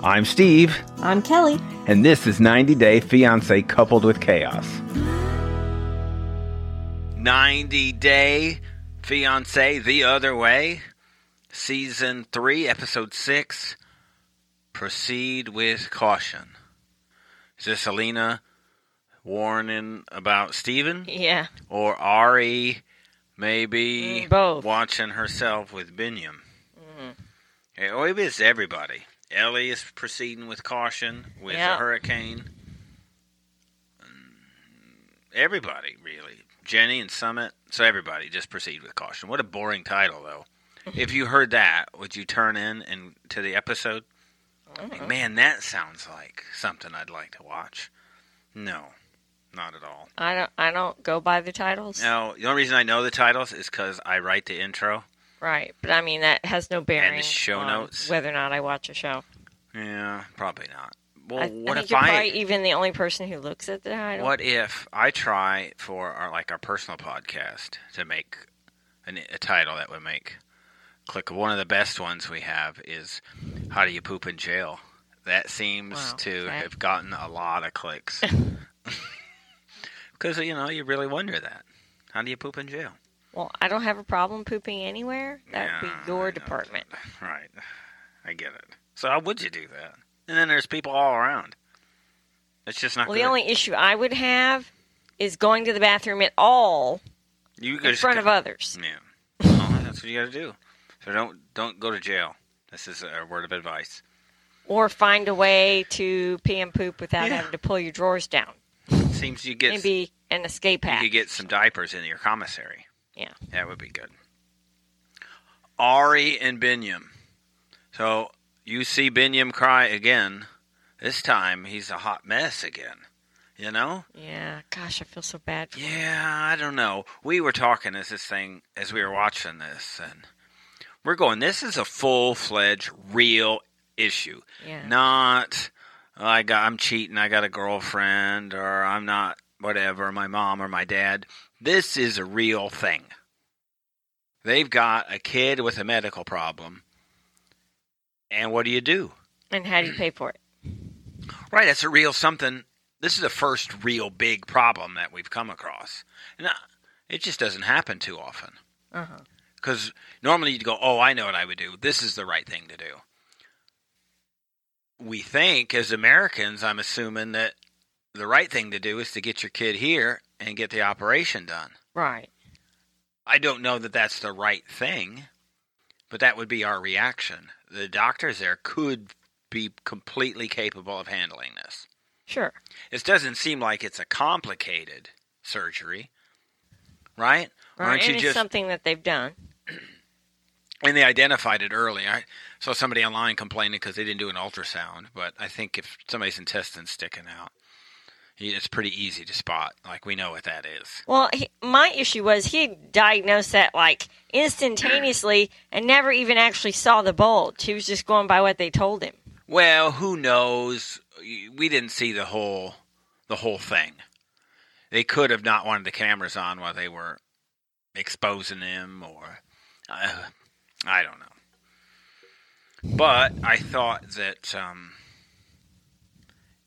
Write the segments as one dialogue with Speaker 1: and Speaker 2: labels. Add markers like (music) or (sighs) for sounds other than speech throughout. Speaker 1: I'm Steve,
Speaker 2: I'm Kelly.
Speaker 1: and this is 90 Day Fiance Coupled with Chaos. 90 Day Fiance The Other Way, Season 3, Episode 6. Proceed with caution. Is this Alina warning about Steven?
Speaker 2: Yeah.
Speaker 1: Or Ari maybe
Speaker 2: Mm, both. Mm-hmm.
Speaker 1: watching herself with Binyam. Yeah, Or maybe it's everybody. Ellie is proceeding with caution with the
Speaker 2: Yeah.
Speaker 1: hurricane. Mm, Everybody, really. Jenny and Summit. So everybody, just proceed with caution. What a boring title,
Speaker 2: (laughs)
Speaker 1: though. if you heard that, would you turn in and to the episode? Like, Man, that sounds like something I'd like to watch. No, not at all.
Speaker 2: I don't. I don't go by the titles.
Speaker 1: No, the only reason I know the titles is because I write the intro.
Speaker 2: Right. But I mean, that has no bearing.
Speaker 1: show
Speaker 2: on
Speaker 1: notes?
Speaker 2: Whether or not I watch a show.
Speaker 1: Yeah, probably not. Well,
Speaker 2: I, I
Speaker 1: what
Speaker 2: think
Speaker 1: if
Speaker 2: you're
Speaker 1: I?
Speaker 2: probably even the only person who looks at the title.
Speaker 1: What if I try for our like our personal podcast to make an, a title that would make click one of the best ones we have is how do you poop in jail? That seems
Speaker 2: Wow,
Speaker 1: to
Speaker 2: okay.
Speaker 1: have gotten a lot of
Speaker 2: (laughs)
Speaker 1: clicks (laughs) because you know you really wonder that how do you poop in jail?
Speaker 2: Well, I don't have a problem pooping anywhere. That would
Speaker 1: Yeah,
Speaker 2: be
Speaker 1: I know
Speaker 2: your
Speaker 1: that.
Speaker 2: department.
Speaker 1: Right, I get it. So how would you do that? And then there's people all around. It's just not.
Speaker 2: Well,
Speaker 1: good.
Speaker 2: the only issue I would have is going to the bathroom at all
Speaker 1: you
Speaker 2: in
Speaker 1: just
Speaker 2: front
Speaker 1: go-
Speaker 2: of others.
Speaker 1: (laughs) Yeah. Well, that's what you got to do. So don't don't go to jail. This is a word of advice.
Speaker 2: Or find a way to pee and poop without
Speaker 1: Yeah.
Speaker 2: having to pull your drawers down.
Speaker 1: Seems you get you
Speaker 2: Maybe an escape hatch.
Speaker 1: could get some diapers in your commissary.
Speaker 2: Yeah.
Speaker 1: That would be good. Ari and Binyam. So you see Binyam cry again. This time he's a hot mess again. You know?
Speaker 2: Yeah. Gosh, I feel so bad. For
Speaker 1: Yeah, I don't know. We were talking as this thing as we were watching this, and we're going. This is a full fledged, real issue.
Speaker 2: Yeah.
Speaker 1: Not "Oh, I got I'm cheating. I got a girlfriend, or I'm not whatever. My mom or my dad. This is a real thing. They've got a kid with a medical problem, and what do you do?
Speaker 2: And how do you pay for it?
Speaker 1: Right, that's a real something. This is the first real big problem that we've come across. And uh, it just doesn't happen too often.
Speaker 2: Uh huh.
Speaker 1: Because normally you'd go, oh, I know what I would do. This is the right thing to do. We think, as Americans, I'm assuming that the right thing to do is to get your kid here and get the operation done.
Speaker 2: Right.
Speaker 1: I don't know that that's the right thing, but that would be our reaction. The doctors there could be completely capable of handling this.
Speaker 2: Sure.
Speaker 1: It doesn't seem like it's a complicated surgery, right?
Speaker 2: Right.
Speaker 1: Aren't
Speaker 2: and
Speaker 1: you
Speaker 2: it's
Speaker 1: just
Speaker 2: something that they've done.
Speaker 1: and they identified it early. I saw somebody online complaining because they didn't do an ultrasound, but I think if somebody's intestine's sticking out, it's pretty easy to spot. Like we know what that is.
Speaker 2: Well, he, my issue was he diagnosed that like instantaneously and never even actually saw the bulge. He was just going by what they told him.
Speaker 1: Well, who knows? We didn't see the whole the whole thing. They could have not wanted the cameras on while they were exposing him, or uh, I don't know. But I thought that um,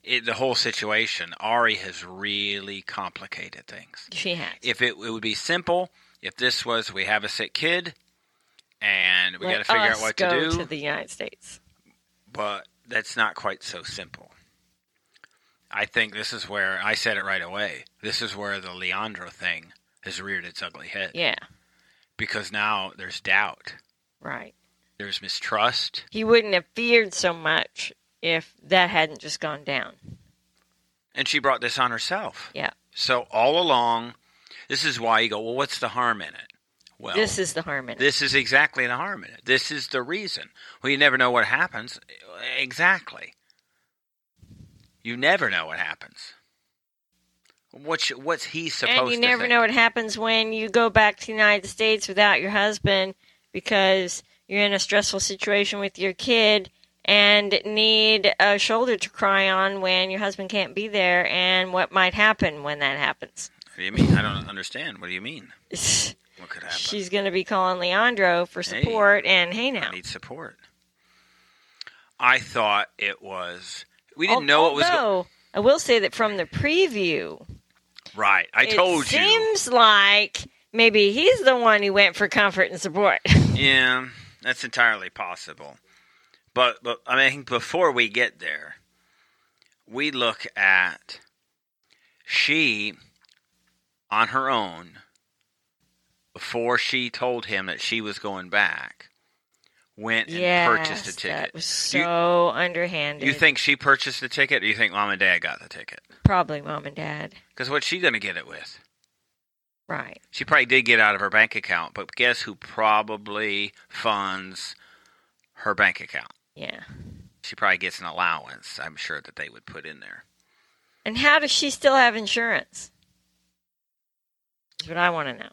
Speaker 1: it, the whole situation Ari has really complicated things
Speaker 2: She has.
Speaker 1: if it, it would be simple if this was we have a sick kid and we
Speaker 2: Let
Speaker 1: got to figure out
Speaker 2: us
Speaker 1: what
Speaker 2: go
Speaker 1: to do
Speaker 2: the United States.
Speaker 1: but that's not quite so simple i think this is where i said it right away this is where the leandro thing has reared its ugly head
Speaker 2: Yeah.
Speaker 1: because now there's doubt
Speaker 2: Right.
Speaker 1: there's mistrust
Speaker 2: He wouldn't have feared so much if that hadn't just gone down.
Speaker 1: and she brought this on herself
Speaker 2: Yeah.
Speaker 1: so all along this is why you go well what's the harm in it well
Speaker 2: this is the harm in it.
Speaker 1: This is exactly the harm in it. This is the reason. Well, you never know what happens. Exactly. You never know what happens. What's what's he supposed
Speaker 2: and you
Speaker 1: to
Speaker 2: never
Speaker 1: think?
Speaker 2: know what happens when you go back to the United States without your husband because you're in a stressful situation with your kid and need a shoulder to cry on when your husband can't be there and what might happen when that happens. (laughs)
Speaker 1: What do you mean? I don't understand. What do you mean? What could happen?
Speaker 2: She's going to be calling Leandro for
Speaker 1: Hey.
Speaker 2: support and hey now.
Speaker 1: I need support. I thought it was. We
Speaker 2: Oh,
Speaker 1: didn't know what was go-
Speaker 2: Although, I will say that from the preview,
Speaker 1: right. I told
Speaker 2: it seems like maybe he's the one who went for comfort and support. (laughs)
Speaker 1: you. Yeah, that's entirely possible. But but I mean, before we get there, we look at she on her own before she told him that she was going back went and purchased a
Speaker 2: yes,
Speaker 1: ticket.
Speaker 2: that was
Speaker 1: You-
Speaker 2: so underhanded.
Speaker 1: You think she purchased the ticket, or you think mom and dad got the ticket?
Speaker 2: probably mom and dad,
Speaker 1: Because what's she going to get it with?
Speaker 2: right?
Speaker 1: She probably did get out of her bank account, but guess who probably funds her bank account?
Speaker 2: Yeah.
Speaker 1: She probably gets an allowance, I'm sure, that they would put in there.
Speaker 2: And how does she still have insurance? Is what I want to know.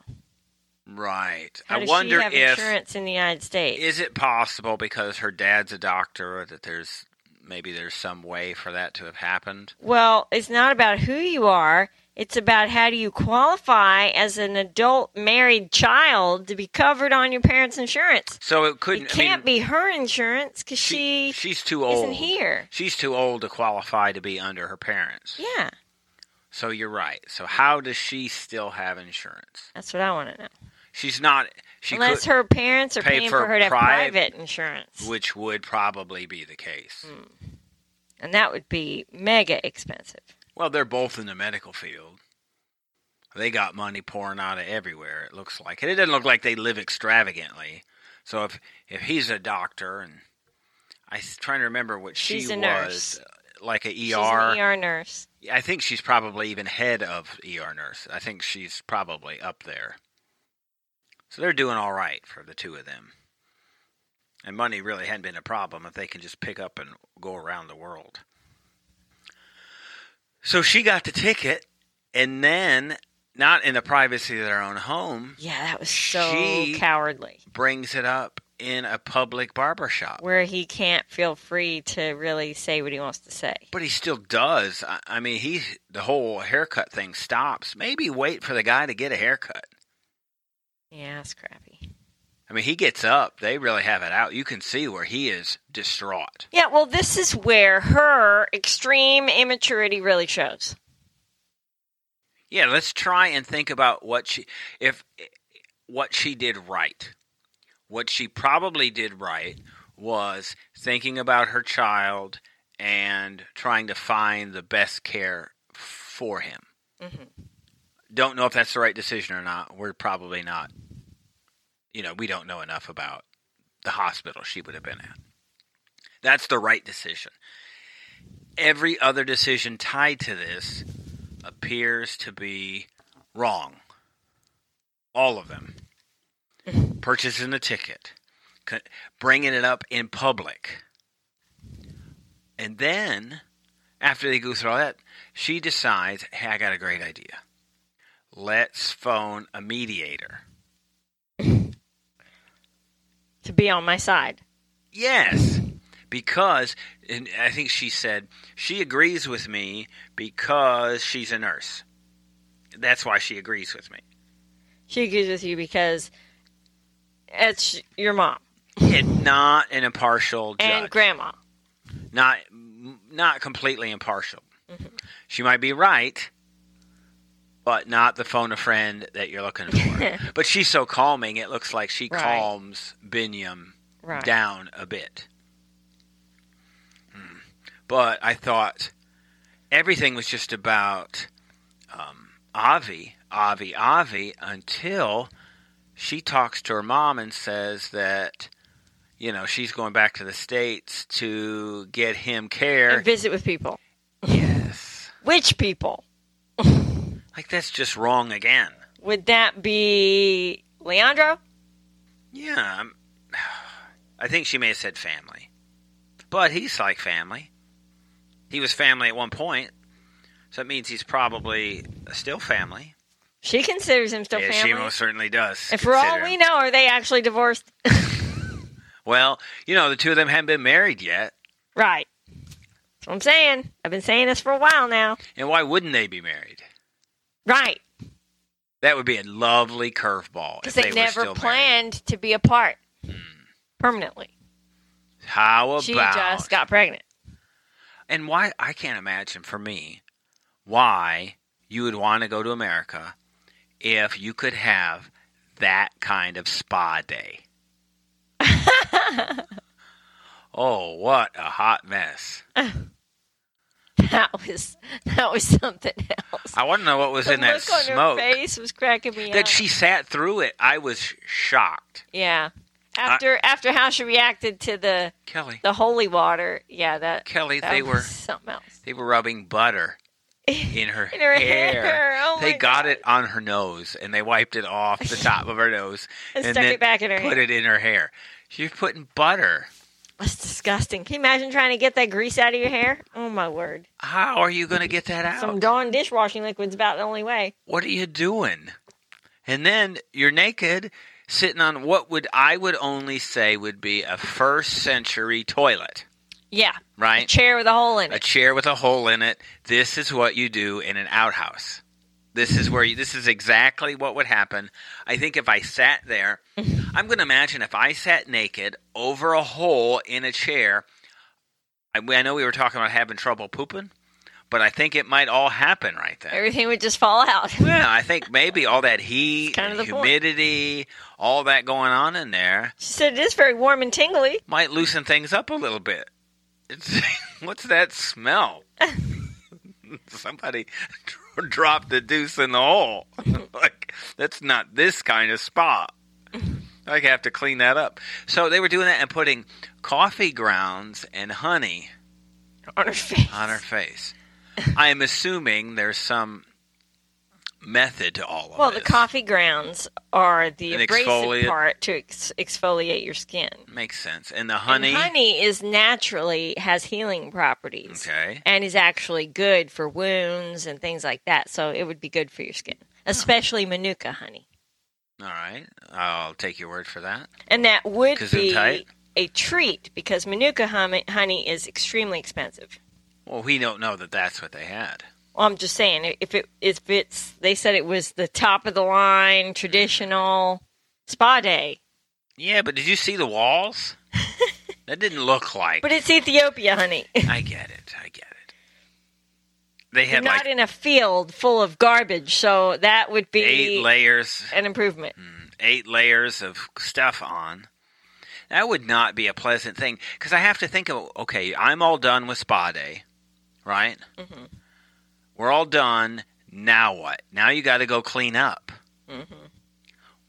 Speaker 1: Right.
Speaker 2: How
Speaker 1: I
Speaker 2: does
Speaker 1: wonder
Speaker 2: she have
Speaker 1: if.
Speaker 2: insurance in the United States?
Speaker 1: Is it possible because her dad's a doctor that there's maybe there's some way for that to have happened?
Speaker 2: Well, it's not about who you are. It's about how do you qualify as an adult married child to be covered on your parents' insurance.
Speaker 1: So it couldn't.
Speaker 2: It can't
Speaker 1: I mean, Oh.
Speaker 2: be her insurance because she,
Speaker 1: she's too old.
Speaker 2: isn't here.
Speaker 1: She's too old to qualify to be under her parents.
Speaker 2: Yeah,
Speaker 1: So you're right. So how does she still have insurance?
Speaker 2: that's what I want to know.
Speaker 1: She's not. She
Speaker 2: Unless
Speaker 1: could,
Speaker 2: her parents are
Speaker 1: pay
Speaker 2: paying
Speaker 1: for
Speaker 2: for, her to have
Speaker 1: priv-
Speaker 2: private insurance,
Speaker 1: which would probably be the case.
Speaker 2: and that would be mega expensive.
Speaker 1: Well, they're both in the medical field. They got money pouring out of everywhere. It looks like, and it doesn't look like they live extravagantly. So if if he's a doctor, and I'm trying to remember what she
Speaker 2: She's
Speaker 1: was, uh,
Speaker 2: a nurse.
Speaker 1: like a E
Speaker 2: She's an ER nurse.
Speaker 1: I think she's probably even head of ER nurse. I think she's probably up there. So they're doing all right for the two of them. And money really hadn't been a problem if they can just pick up and go around the world. So she got the ticket, and then, not in the privacy of their own home,
Speaker 2: Yeah, that was so
Speaker 1: She-
Speaker 2: cowardly.
Speaker 1: brings it up in a public barber shop.
Speaker 2: Where he can't feel free to really say what he wants to say.
Speaker 1: But he still does. I, I mean, he the whole haircut thing stops. Maybe wait for the guy to get a haircut.
Speaker 2: Yeah, that's crappy.
Speaker 1: I mean, he gets up. They really have it out. You can see where he is distraught.
Speaker 2: Yeah, well, this is where her extreme immaturity really shows.
Speaker 1: Yeah, let's try and think about what she if what she did right. What she probably did right was thinking about her child and trying to find the best care for him.
Speaker 2: Mhm.
Speaker 1: Don't know if that's the right decision or not. We're probably not. You know, we don't know enough about the hospital she would have been at. That's the right decision. Every other decision tied to this appears to be wrong. All of them. Purchasing the ticket, c- bringing it up in public. And then, after they go through all that, she decides, hey, I got a great idea. Let's phone a mediator.
Speaker 2: To be on my side.
Speaker 1: Yes, because, and I think she said, she agrees with me because she's a nurse. That's why she agrees with me.
Speaker 2: She agrees with you because it's your mom
Speaker 1: and not an impartial judge.
Speaker 2: and grandma.
Speaker 1: not not completely impartial.
Speaker 2: Mm-hmm.
Speaker 1: She might be right, but not the phone a friend that you're looking
Speaker 2: (laughs)
Speaker 1: for. but she's so calming; it looks like she
Speaker 2: Right.
Speaker 1: calms Binyam
Speaker 2: Right.
Speaker 1: down a bit. Hmm. But I thought everything was just about um, Avi, Avi, Avi until she talks to her mom and says that, you know, she's going back to the States to get him care.
Speaker 2: And visit with people.
Speaker 1: yes.
Speaker 2: Which people?
Speaker 1: Like, that's just wrong again.
Speaker 2: Would that be Leandro?
Speaker 1: Yeah. I'm, (sighs) I think she may have said family. But he's like family. He was family at one point. So that means he's probably still family.
Speaker 2: She considers him still
Speaker 1: yeah,
Speaker 2: family.
Speaker 1: she most certainly does.
Speaker 2: and for all
Speaker 1: consider
Speaker 2: we
Speaker 1: him.
Speaker 2: know, are they actually divorced?
Speaker 1: Well, you know, the two of them haven't been married yet.
Speaker 2: right. That's what I'm saying. I've been saying this for a while now.
Speaker 1: And why wouldn't they be married?
Speaker 2: Right.
Speaker 1: That would be a lovely curveball.
Speaker 2: Because
Speaker 1: if
Speaker 2: they,
Speaker 1: were
Speaker 2: never
Speaker 1: still married.
Speaker 2: planned to be apart permanently.
Speaker 1: How Hmm. about
Speaker 2: She just got pregnant. (laughs)
Speaker 1: And why I can't imagine for me why you would want to go to America if you could have that kind of spa
Speaker 2: (laughs)
Speaker 1: day. oh, what a hot mess.
Speaker 2: That was that was something else.
Speaker 1: I want to know what was
Speaker 2: the
Speaker 1: in that
Speaker 2: look on
Speaker 1: smoke.
Speaker 2: her face was cracking me
Speaker 1: That
Speaker 2: up.
Speaker 1: she sat through it, I was shocked.
Speaker 2: yeah. After after how she reacted to the
Speaker 1: Kelly,
Speaker 2: the holy water, yeah, that
Speaker 1: Kelly,
Speaker 2: that
Speaker 1: they
Speaker 2: was
Speaker 1: were
Speaker 2: something else.
Speaker 1: they were rubbing
Speaker 2: (laughs)
Speaker 1: butter in her,
Speaker 2: In her hair. (laughs) Oh
Speaker 1: they
Speaker 2: my
Speaker 1: got
Speaker 2: God.
Speaker 1: it on her nose and they wiped it off the top of her nose
Speaker 2: And stuck
Speaker 1: then
Speaker 2: it back in her
Speaker 1: put
Speaker 2: hair.
Speaker 1: it in her hair. She's putting butter.
Speaker 2: That's disgusting. Can you imagine trying to get that grease out of your hair? Oh my word.
Speaker 1: How are you going to get that out?
Speaker 2: Some Dawn dishwashing liquid's about the only way.
Speaker 1: what are you doing? And then you're naked, sitting on what would I would only say would be a first century toilet,
Speaker 2: Yeah. A
Speaker 1: right?
Speaker 2: chair with a hole in
Speaker 1: A
Speaker 2: it.
Speaker 1: chair with a hole in it. This is what you do in an outhouse. This is where you, this is exactly what would happen. I think if I sat
Speaker 2: (laughs)
Speaker 1: there, I'm going to imagine if I sat naked over a hole in a chair. I, I know we were talking about having trouble pooping, but I think it might all happen right there.
Speaker 2: Everything would just fall out. (laughs)
Speaker 1: Well, I think maybe all that heat,
Speaker 2: It's kind of
Speaker 1: and
Speaker 2: the point.
Speaker 1: humidity, all that going on in there
Speaker 2: She said it is very warm and tingly.
Speaker 1: might loosen things up a little bit. It's, (laughs) what's that smell? (laughs) Somebody (laughs) dro- dropped the deuce in the hole. (laughs) like that's not this kind of spa. I have to clean that up. So they were doing that and putting coffee grounds and honey
Speaker 2: on her face.
Speaker 1: on her face. I am assuming there's some method to all of
Speaker 2: well,
Speaker 1: this.
Speaker 2: the coffee grounds are the
Speaker 1: An
Speaker 2: abrasive
Speaker 1: exfoliate.
Speaker 2: part to ex- exfoliate your skin.
Speaker 1: Makes sense. And the
Speaker 2: And
Speaker 1: honey.
Speaker 2: honey is naturally has healing properties.
Speaker 1: Okay.
Speaker 2: And is actually good for wounds and things like that. So it would be good for your skin, especially manuka honey.
Speaker 1: All right. I'll take your word for that.
Speaker 2: And that would be
Speaker 1: Gesundheit.
Speaker 2: a treat because manuka hum- honey is extremely expensive.
Speaker 1: Well, we don't know that that's what they had.
Speaker 2: Well, I'm just saying if it if it's they said it was the top of the line traditional spa day,
Speaker 1: Yeah, but did you see the
Speaker 2: (laughs)
Speaker 1: walls? that didn't look like.
Speaker 2: but it's Ethiopia honey.
Speaker 1: I get it. I get it. They
Speaker 2: You're
Speaker 1: had
Speaker 2: (laughs) not
Speaker 1: like
Speaker 2: in a field full of garbage, so that would
Speaker 1: eight
Speaker 2: be
Speaker 1: layers,
Speaker 2: an improvement.
Speaker 1: Mm. eight layers of stuff on. That would not be a pleasant thing because I have to think of okay, I'm all done with spa day, right? We're all done. Now what? Now you got to go clean up.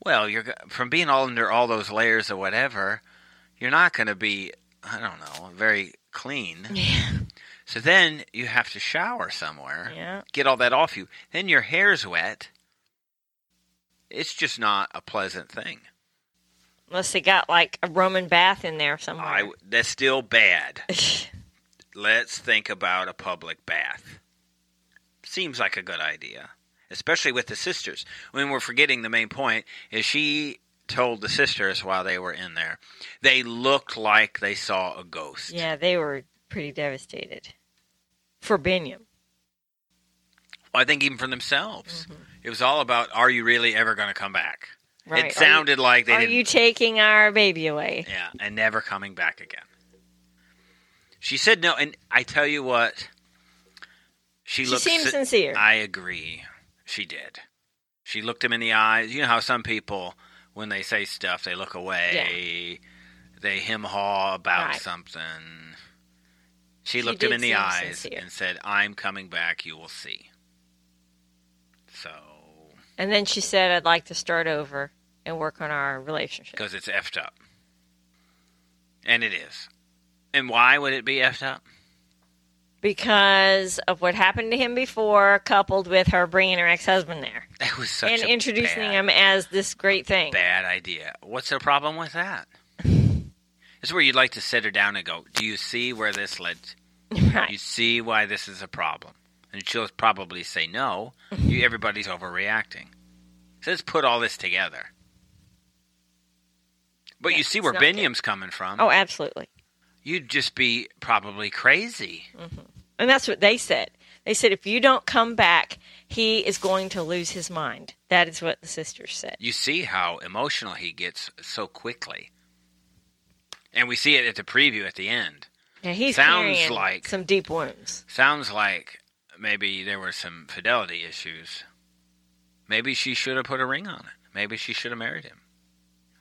Speaker 1: Well, you're go- from being all under all those layers or whatever, you're not going to be, I don't know, very clean.
Speaker 2: Yeah.
Speaker 1: So then you have to shower somewhere,
Speaker 2: Yeah.
Speaker 1: get all that off you. Then your hair's wet. It's just not a pleasant thing.
Speaker 2: Unless they got like a Roman bath in there somewhere.
Speaker 1: I w that's still bad. Let's think about a public bath. Seems like a good idea, especially with the sisters. When we're forgetting the main point is she told the sisters while they were in there, they looked like they saw a ghost.
Speaker 2: (laughs) yeah, they were pretty devastated. For Binyam.
Speaker 1: I think even for themselves.
Speaker 2: Mm-hmm.
Speaker 1: It was all about are you really ever going to come back?
Speaker 2: Right. Are you-
Speaker 1: It sounded like they
Speaker 2: Are
Speaker 1: didn't
Speaker 2: you taking our baby away?
Speaker 1: Yeah, and never coming back again. She said no, and I tell you what, she,
Speaker 2: She
Speaker 1: looked.
Speaker 2: seemed
Speaker 1: si-
Speaker 2: sincere.
Speaker 1: (laughs) I agree. She did. She looked him in the eyes. You know how some people, when they say stuff, they look away, they him haw about
Speaker 2: Right.
Speaker 1: something. She,
Speaker 2: She
Speaker 1: looked him
Speaker 2: did
Speaker 1: in the
Speaker 2: seem
Speaker 1: eyes
Speaker 2: sincere.
Speaker 1: and said, "I'm coming back. You will see." So,
Speaker 2: And then she said, I'd like to start over and work on our relationship.
Speaker 1: because it's effed up, and it is. And why would it be effed up? (laughs)
Speaker 2: Because of what happened to him before, coupled with her bringing her ex husband there
Speaker 1: That was such
Speaker 2: and
Speaker 1: a
Speaker 2: introducing
Speaker 1: bad,
Speaker 2: him as this great thing.
Speaker 1: Bad idea. What's the problem with
Speaker 2: (laughs)
Speaker 1: that? This is where you'd like to sit her down and go, "Do you see where this led?
Speaker 2: Right.
Speaker 1: You see why this is a problem?" And she'll probably say, "No,
Speaker 2: (laughs)
Speaker 1: you, everybody's overreacting." So let's put all this together. But you
Speaker 2: Yeah,
Speaker 1: see
Speaker 2: it's
Speaker 1: where
Speaker 2: not good.
Speaker 1: Binyam's coming from.
Speaker 2: Oh, absolutely.
Speaker 1: You'd just be probably crazy.
Speaker 2: And that's what they said. They said, if you don't come back, he is going to lose his mind. That is what the sisters said.
Speaker 1: You see how emotional he gets so quickly. and we see it at the preview at the end.
Speaker 2: Now he's
Speaker 1: Sounds
Speaker 2: carrying
Speaker 1: like-
Speaker 2: some deep wounds.
Speaker 1: Sounds like maybe there were some fidelity issues. Maybe she should have put a ring on it. Maybe she should have married him.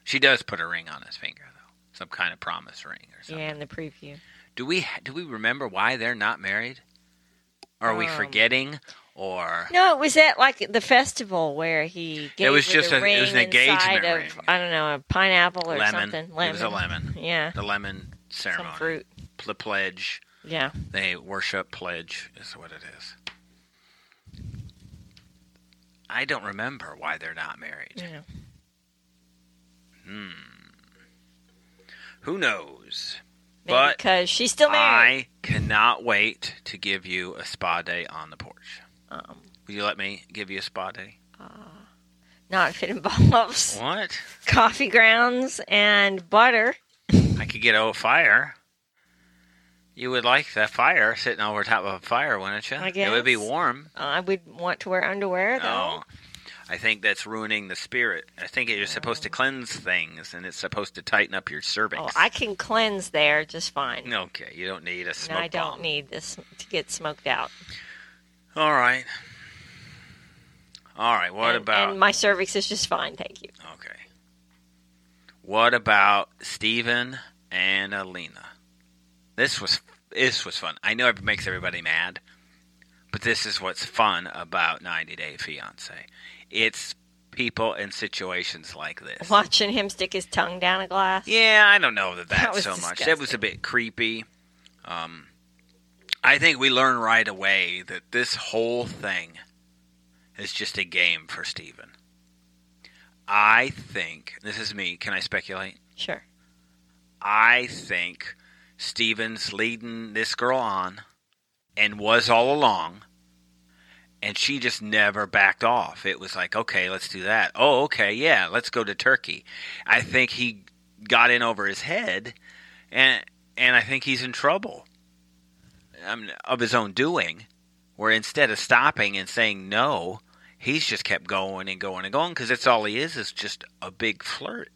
Speaker 1: She does put a ring on his finger though, some kind of promise ring or something.
Speaker 2: Yeah, in the preview.
Speaker 1: Do we do we remember why they're not married? Are we
Speaker 2: Um,
Speaker 1: forgetting or
Speaker 2: No, it was at like the festival where he gave
Speaker 1: was
Speaker 2: her
Speaker 1: just
Speaker 2: the
Speaker 1: a-
Speaker 2: ring
Speaker 1: it was an
Speaker 2: inside
Speaker 1: engagement
Speaker 2: of,
Speaker 1: ring.
Speaker 2: I don't know a pineapple or
Speaker 1: lemon?
Speaker 2: something.
Speaker 1: It was a lemon.
Speaker 2: Yeah,
Speaker 1: The lemon ceremony.
Speaker 2: some fruit.
Speaker 1: The pledge.
Speaker 2: Yeah,
Speaker 1: They worship pledge is what it is. I don't remember why they're not married.
Speaker 2: yeah.
Speaker 1: Hmm. Who knows?
Speaker 2: Maybe
Speaker 1: But
Speaker 2: because she's still
Speaker 1: I
Speaker 2: married.
Speaker 1: cannot wait to give you a spa day on the porch.
Speaker 2: Um,
Speaker 1: Will you let me give you a spa day?
Speaker 2: not if it involves
Speaker 1: (laughs) What?
Speaker 2: coffee grounds and butter.
Speaker 1: I could get a fire. You would like that fire sitting over top of a fire, wouldn't you?
Speaker 2: I
Speaker 1: It would be
Speaker 2: guess.
Speaker 1: warm.
Speaker 2: I would want to wear underwear though.
Speaker 1: Oh. I think that's ruining the spirit. I think you're supposed to cleanse things and it's supposed to tighten up your cervix.
Speaker 2: Oh, I can cleanse there just fine.
Speaker 1: Okay, you don't need a smoke
Speaker 2: and I don't
Speaker 1: bomb.
Speaker 2: need this to get smoked out.
Speaker 1: All right. All right, what
Speaker 2: And-
Speaker 1: about
Speaker 2: And my cervix is just fine, thank you.
Speaker 1: Okay. What about Steven and Alina? This was this was fun. I know it makes everybody mad, but this is what's fun about 90 Day Fiance. It's people in situations like this.
Speaker 2: Watching him stick his tongue down a glass.
Speaker 1: Yeah, I don't know that
Speaker 2: That
Speaker 1: that's
Speaker 2: was
Speaker 1: so much. That was a
Speaker 2: disgusting.
Speaker 1: bit creepy. Um, I think we learn right away that this whole thing is just a game for Steven. I think this is me. Can I speculate?
Speaker 2: Sure.
Speaker 1: I think Steven's leading this girl on and was all along. And she just never backed off. It was like, okay, let's do that. Oh, okay, yeah, let's go to Turkey. I think he got in over his head, and and I think he's in trouble. Um, of his own doing, where instead of stopping and saying no, he's just kept going and going and going because that's all he is is just a big flirt.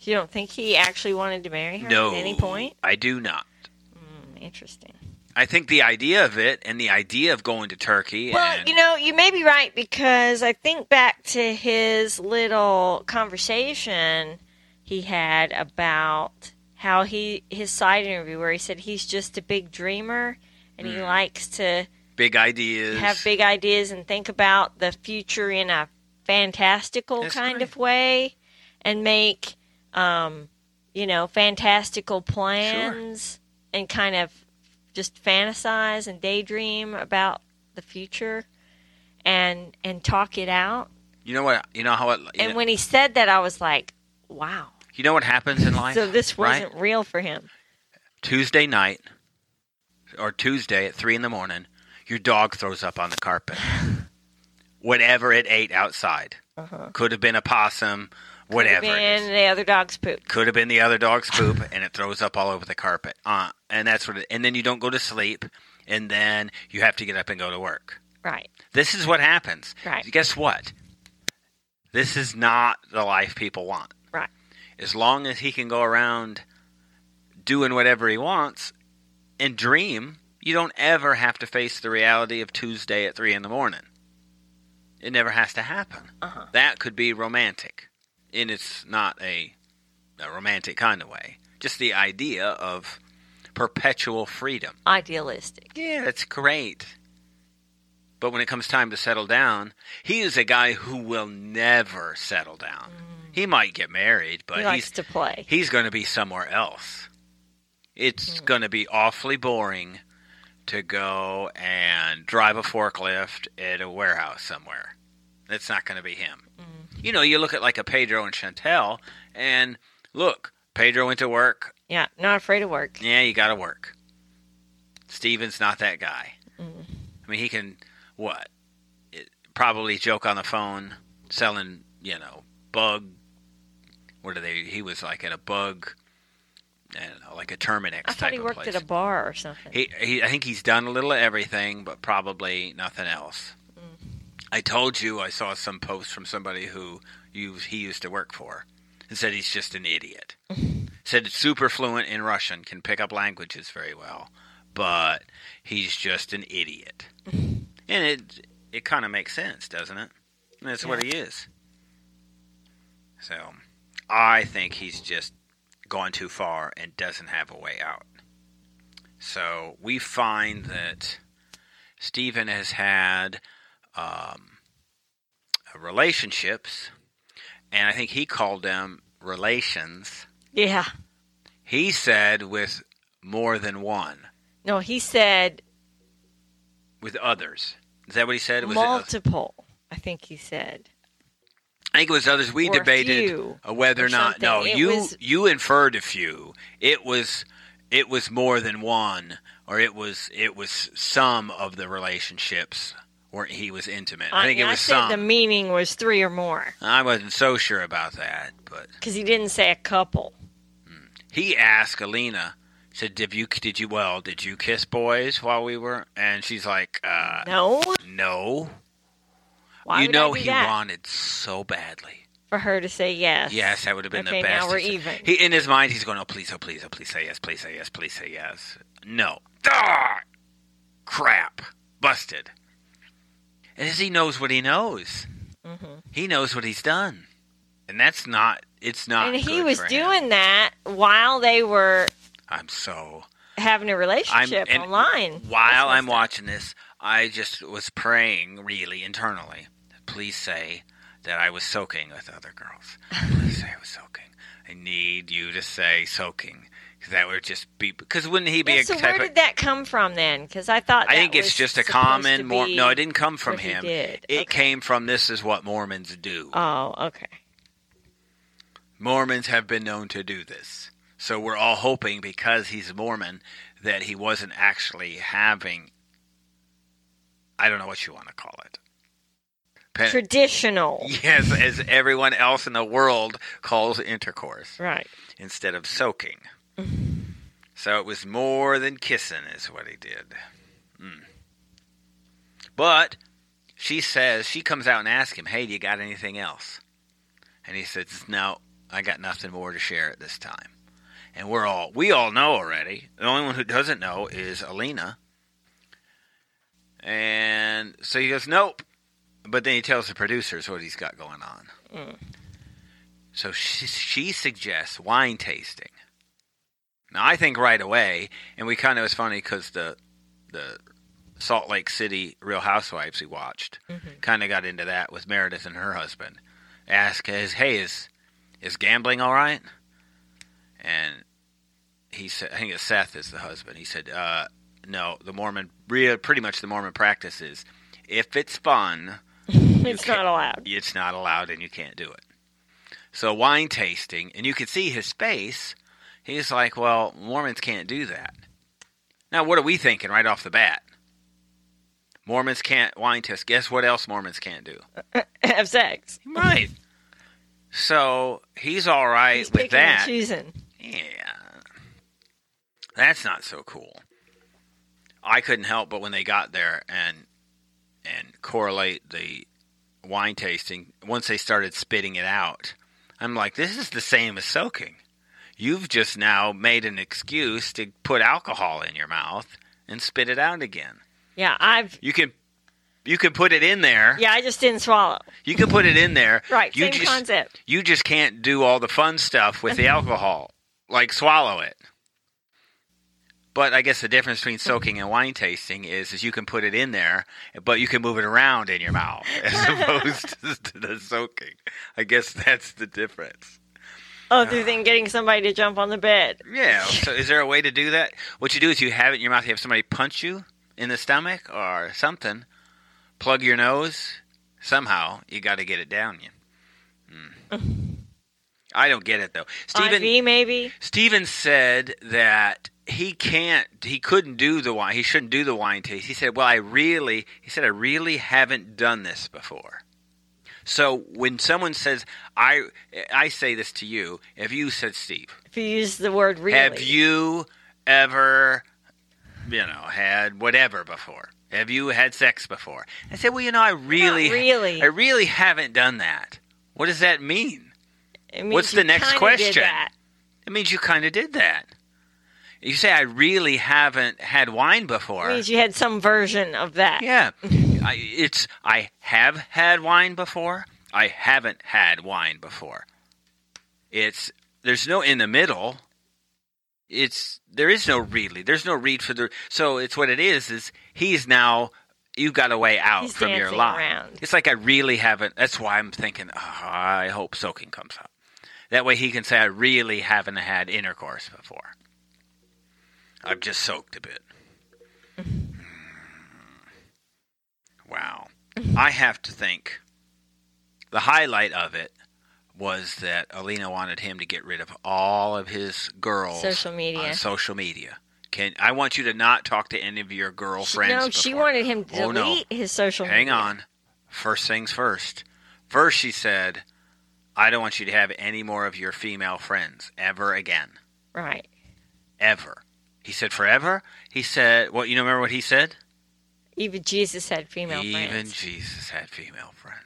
Speaker 2: You don't think he actually wanted to marry her
Speaker 1: no,
Speaker 2: at any point?
Speaker 1: I do not.
Speaker 2: Hmm, interesting.
Speaker 1: I think the idea of it and the idea of going to Turkey.
Speaker 2: Well,
Speaker 1: and,
Speaker 2: you know, you may be right because I think back to his little conversation he had about how he his side interview where he said he's just a big dreamer and he likes to
Speaker 1: big ideas.
Speaker 2: have big ideas and think about the future in a fantastical
Speaker 1: That's
Speaker 2: kind
Speaker 1: right.
Speaker 2: of way and make um you know fantastical plans and kind of just fantasize and daydream about the future and and talk it out
Speaker 1: You know what? You know how it. You,
Speaker 2: and
Speaker 1: know,
Speaker 2: when he said that i was like wow
Speaker 1: you know what happens in life.
Speaker 2: (laughs) so this
Speaker 1: right?
Speaker 2: wasn't real for him
Speaker 1: Tuesday night or Tuesday at three in the morning. Your dog throws up on the
Speaker 2: (sighs)
Speaker 1: carpet. Whatever it ate outside
Speaker 2: Uh-huh.
Speaker 1: could have been a possum. Whatever it is.
Speaker 2: and the other dog's poop
Speaker 1: could have been the other dog's poop and it throws up all over the carpet uh, and that's what it, and then you don't go to sleep and then you have to get up and go to work
Speaker 2: right
Speaker 1: this is what happens
Speaker 2: Right.
Speaker 1: guess what this is not the life people want
Speaker 2: right
Speaker 1: as long as he can go around doing whatever he wants and dream you don't ever have to face the reality of tuesday at three in the morning it never has to happen
Speaker 2: uh-huh
Speaker 1: that could be romantic and it's not a, a romantic kind of way just the idea of perpetual freedom
Speaker 2: idealistic
Speaker 1: yeah that's great but when it comes time to settle down he is a guy who will never settle down he might get married but
Speaker 2: Mm-hmm. he
Speaker 1: he's
Speaker 2: likes to play
Speaker 1: he's going to be somewhere else. It's
Speaker 2: Mm-hmm.
Speaker 1: going to be awfully boring to go and drive a forklift at a warehouse somewhere. That's not going to be him.
Speaker 2: Mm-hmm.
Speaker 1: You know, you look at like a Pedro and Chantel, and look, Pedro went to work.
Speaker 2: yeah not afraid of work
Speaker 1: Yeah, you got to work. Steven's not that guy.
Speaker 2: Mm-hmm.
Speaker 1: I mean, he can, what? It, probably joke on the phone selling, you know, bug. What are they? He was like at a bug, I don't know, like a Terminex
Speaker 2: I
Speaker 1: type
Speaker 2: thought he
Speaker 1: of
Speaker 2: worked
Speaker 1: place.
Speaker 2: at a bar or something.
Speaker 1: He, he, I think he's done a little of everything, but probably nothing else. I told you I saw some post from somebody who you, he used to work for. and said he's just an idiot. said super fluent in Russian, can pick up languages very well, but he's just an idiot. and it it kind of makes sense, doesn't it? And that's what he is. So, I think he's just gone too far and doesn't have a way out. So we find that Stephen has had um, relationships, and I think he called them relations.
Speaker 2: Yeah.
Speaker 1: He said with more than one,
Speaker 2: No, he said
Speaker 1: with others. Is that what he said? Was it others?
Speaker 2: multiple. I think he said.
Speaker 1: I think it was others. We
Speaker 2: or a
Speaker 1: debated
Speaker 2: few
Speaker 1: uh, whether or,
Speaker 2: or
Speaker 1: not. No,
Speaker 2: something. It
Speaker 1: you
Speaker 2: was-
Speaker 1: you inferred a few. It was it was more than one, or it was it was some of the relationships where he was intimate. I think it was
Speaker 2: said
Speaker 1: some.
Speaker 2: the meaning was three or more
Speaker 1: I wasn't so sure about that, but
Speaker 2: because he didn't say a couple.
Speaker 1: he asked Alina, said, "Did you did you well did you kiss boys while we were?" And she's like, uh,
Speaker 2: No.
Speaker 1: "No."
Speaker 2: Why
Speaker 1: you
Speaker 2: would
Speaker 1: know
Speaker 2: I do
Speaker 1: he
Speaker 2: that?
Speaker 1: wanted so badly.
Speaker 2: for her to say yes.
Speaker 1: Yes, that would have been
Speaker 2: Okay,
Speaker 1: the best.
Speaker 2: now we're
Speaker 1: It's-
Speaker 2: even.
Speaker 1: He in his mind he's going, "Oh please, oh please, oh please say yes, please say yes, please say yes." No. Ah, crap. Busted. And as he knows what he knows.
Speaker 2: Mm-hmm.
Speaker 1: He knows what he's done. And that's not it's not
Speaker 2: and he
Speaker 1: good
Speaker 2: was
Speaker 1: for him.
Speaker 2: doing that while they were
Speaker 1: I'm so
Speaker 2: having a relationship
Speaker 1: and
Speaker 2: online.
Speaker 1: While
Speaker 2: That's
Speaker 1: I'm
Speaker 2: messed up.
Speaker 1: watching this, I just was praying really internally. Please say that I was soaking with other girls. Please say I was soaking. I need you to say soaking. 'Cause that would just be because wouldn't he be
Speaker 2: Yeah,
Speaker 1: a
Speaker 2: so
Speaker 1: type
Speaker 2: where
Speaker 1: of?
Speaker 2: did that come from then? Because I thought
Speaker 1: I
Speaker 2: that
Speaker 1: think it's
Speaker 2: was
Speaker 1: just a
Speaker 2: supposed to
Speaker 1: common. Mor-
Speaker 2: be-
Speaker 1: no, it didn't come from
Speaker 2: what he
Speaker 1: him.
Speaker 2: did.
Speaker 1: It
Speaker 2: Okay.
Speaker 1: came from this is what Mormons do.
Speaker 2: Oh, okay.
Speaker 1: Mormons have been known to do this. So we're all hoping because he's Mormon that he wasn't actually having I don't know what you want to call it. Pen-
Speaker 2: Traditional,
Speaker 1: (laughs) yes, as everyone else in the world calls intercourse
Speaker 2: right?
Speaker 1: instead of soaking. so it was more than kissing, is what he did. Mm. But she says, she comes out and asks him, Hey, do you got anything else? And he says, No, I got nothing more to share at this time. And we're all, we all know already. The only one who doesn't know is Alina. And so he goes, Nope. But then he tells the producers what he's got going on. So she, she suggests wine tasting. Now I think right away, and we kind of it was funny because the the Salt Lake City Real Housewives we watched kind of got into that with Meredith and her husband. Ask is hey is is gambling all right? And he said I think it's Seth is the husband. He said uh, no. The Mormon real pretty much the Mormon practice is if it's fun,
Speaker 2: It's
Speaker 1: can't-
Speaker 2: not allowed. (laughs)
Speaker 1: it's not allowed and you can't do it. So wine tasting, and you could see his face. He's like, well, Mormons can't do that. Now, what are we thinking right off the bat? Mormons can't wine test. Guess what else Mormons can't do?
Speaker 2: Have sex.
Speaker 1: Right. so he's all right
Speaker 2: He's
Speaker 1: with
Speaker 2: picking
Speaker 1: that.
Speaker 2: and choosing.
Speaker 1: Yeah. That's not so cool. I couldn't help but when they got there and and correlate the wine tasting, once they started spitting it out, I'm like, this is the same as soaking. You've just now made an excuse to put alcohol in your mouth and spit it out again.
Speaker 2: Yeah, I've.
Speaker 1: You can you can put it in there.
Speaker 2: Yeah, I just didn't swallow.
Speaker 1: You can put it in there.
Speaker 2: Right,
Speaker 1: You
Speaker 2: same
Speaker 1: just-
Speaker 2: concept.
Speaker 1: you just can't do all the fun stuff (laughs) with the alcohol, like swallow it. But I guess the difference between soaking and wine tasting is is you can put it in there, but you can move it around in your mouth (laughs) as opposed to the soaking. I guess that's the difference. (sighs)
Speaker 2: Other than getting somebody to jump on the bed.
Speaker 1: Yeah. So is there a way to do that? What you do is you have it in your mouth. You have somebody punch you in the stomach or something, plug your nose. Somehow you got to get it down you. Hmm. I don't get it though. Stephen,
Speaker 2: IV maybe.
Speaker 1: Steven said that he can't, he couldn't do the wine, he shouldn't do the wine taste. He said, Well, I really, he said, I really haven't done this before. So when someone says, I, I say this to you, have you said, Steve,
Speaker 2: If you use the word really.
Speaker 1: have you ever, you know, had whatever before? Have you had sex before? I said, Well, you know, I really,
Speaker 2: really.
Speaker 1: I really haven't done that. What does that mean?
Speaker 2: It means
Speaker 1: What's the
Speaker 2: you
Speaker 1: next
Speaker 2: kinda did
Speaker 1: question?
Speaker 2: that.
Speaker 1: It means you kind of did that. You say, I really haven't had wine before.
Speaker 2: It means you had some version of that.
Speaker 1: Yeah, I, it's I have had wine before. I haven't had wine before. It's there's no in the middle. It's there is no really. There's no read for the. So it's what it is. Is he's now you got a way out
Speaker 2: He's
Speaker 1: from your
Speaker 2: dancing
Speaker 1: line.
Speaker 2: around.
Speaker 1: It's like I really haven't. That's why I'm thinking. "Ah, I hope soaking comes up. That way he can say I really haven't had intercourse before. I've just soaked a bit. Hmm. Wow. I have to think the highlight of it was that Alina wanted him to get rid of all of his girls
Speaker 2: Social media.
Speaker 1: on social media. Can I want you to not talk to any of your
Speaker 2: She-
Speaker 1: girlfriends?
Speaker 2: no, she
Speaker 1: before.
Speaker 2: wanted him to
Speaker 1: Oh,
Speaker 2: delete
Speaker 1: no.
Speaker 2: his social
Speaker 1: Hang
Speaker 2: media.
Speaker 1: on. First things first. First, she said, "I don't want you to have any more of your female friends ever again,
Speaker 2: Right.
Speaker 1: ever." He said, "Forever." He said, "What? you know? Remember what he said?
Speaker 2: Even Jesus had female
Speaker 1: Even
Speaker 2: friends.
Speaker 1: Jesus had female friends.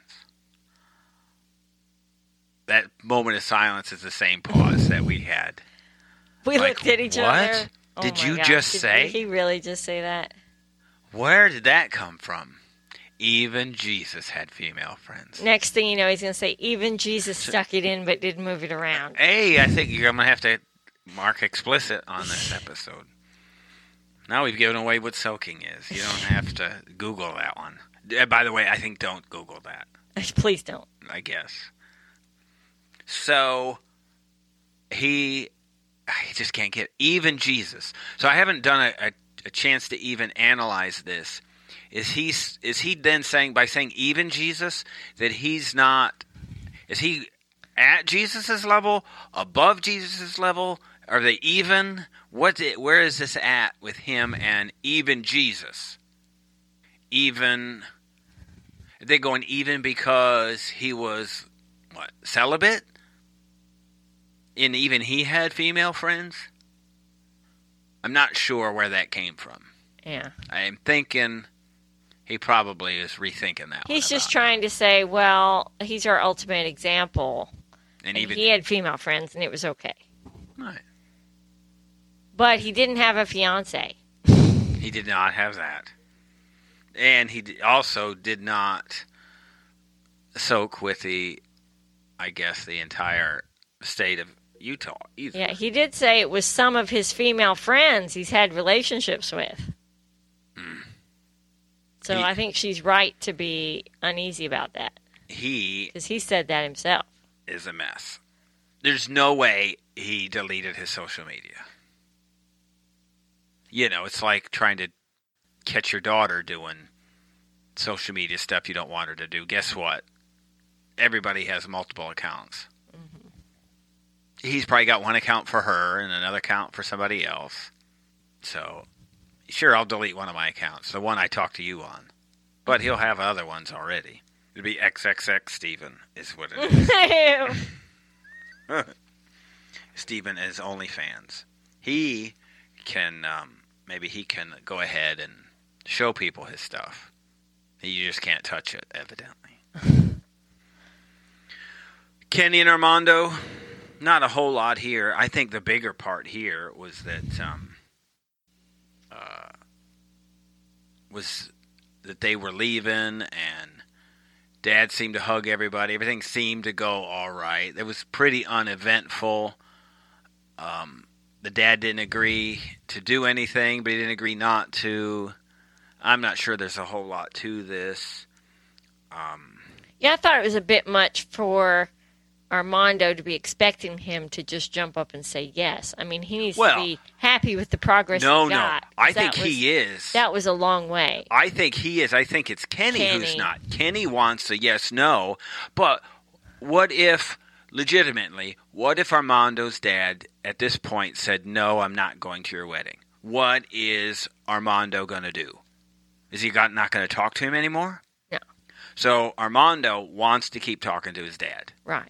Speaker 1: That moment of silence is the same pause that we had.
Speaker 2: (laughs) We
Speaker 1: like,
Speaker 2: looked at each
Speaker 1: what?
Speaker 2: other. Oh
Speaker 1: Did
Speaker 2: my
Speaker 1: you
Speaker 2: God.
Speaker 1: just
Speaker 2: Did
Speaker 1: say?
Speaker 2: He really just say that?
Speaker 1: Where did that come from? Even Jesus had female friends.
Speaker 2: Next thing you know, he's going to say, even Jesus stuck it in but didn't move it
Speaker 1: (laughs)
Speaker 2: around.
Speaker 1: Hey, I think you're going to have to mark explicit on this episode. Now we've given away what soaking is. You don't have to Google that one. Uh, By the way, I think don't Google that.
Speaker 2: Please don't.
Speaker 1: I guess. So he, I just can't get even Jesus. So I haven't done a, a, a chance to even analyze this. Is he s- is he then saying by saying even Jesus that he's not? Is he at Jesus's level, above Jesus's level? Are they even? What? i- Where is this at with him and even Jesus? Even they're going even because he was what celibate, and even he had female friends. I'm not sure where that came from.
Speaker 2: Yeah.
Speaker 1: I am thinking he probably is rethinking that.
Speaker 2: He's
Speaker 1: one
Speaker 2: just
Speaker 1: about
Speaker 2: trying to say, well, he's our ultimate example.
Speaker 1: it. and
Speaker 2: And
Speaker 1: even
Speaker 2: he had female friends and it was okay.
Speaker 1: Right.
Speaker 2: But he didn't have a fiance.
Speaker 1: He did not have that. And he d- also did not soak with the, I guess, the entire state of Utah either.
Speaker 2: Yeah, he did say it was some of his female friends he's had relationships with. So
Speaker 1: Hmm. He-
Speaker 2: I think she's right to be uneasy about that
Speaker 1: He
Speaker 2: because he said that himself.
Speaker 1: (laughs)
Speaker 2: (laughs)
Speaker 1: is a mess. There's no way he deleted his social media. You know, it's like trying to catch your daughter doing social media stuff you don't want her to do. Guess what? Everybody has multiple accounts. He's probably got one account for her and another account for somebody else. So, sure, I'll delete one of my accounts, the one I talked to you on. But he'll have other ones already. It'd be XXX Steven, is what it is.
Speaker 2: Ew.
Speaker 1: Steven is OnlyFans. He can um, maybe he can go ahead and show people his stuff. You just can't touch it, evidently. (laughs) Kenny and Armando, not a whole lot here. I think the bigger part here was that um, uh, was that they were leaving and Dad seemed to hug everybody. Everything seemed to go all right. It was pretty uneventful. Um, the dad didn't agree to do anything, but he didn't agree not to. I'm not sure there's a whole lot to this. Um,
Speaker 2: yeah, I thought it was a bit much for Armando to be expecting him to just jump up and say yes. I mean, he needs
Speaker 1: Well,
Speaker 2: to be happy with the progress
Speaker 1: no,
Speaker 2: he
Speaker 1: no.
Speaker 2: got. 'cause
Speaker 1: I think
Speaker 2: that was-
Speaker 1: he is.
Speaker 2: That was a long way.
Speaker 1: I think he is. I think it's Kenny, who's
Speaker 2: Kenny.
Speaker 1: not. Kenny wants a yes, no. But what if, legitimately, what if Armando's dad at this point said, no, I'm not going to your wedding? What is Armando going to do? Is he got, not going to talk to him anymore?
Speaker 2: No.
Speaker 1: So Armando wants to keep talking to his dad.
Speaker 2: Right.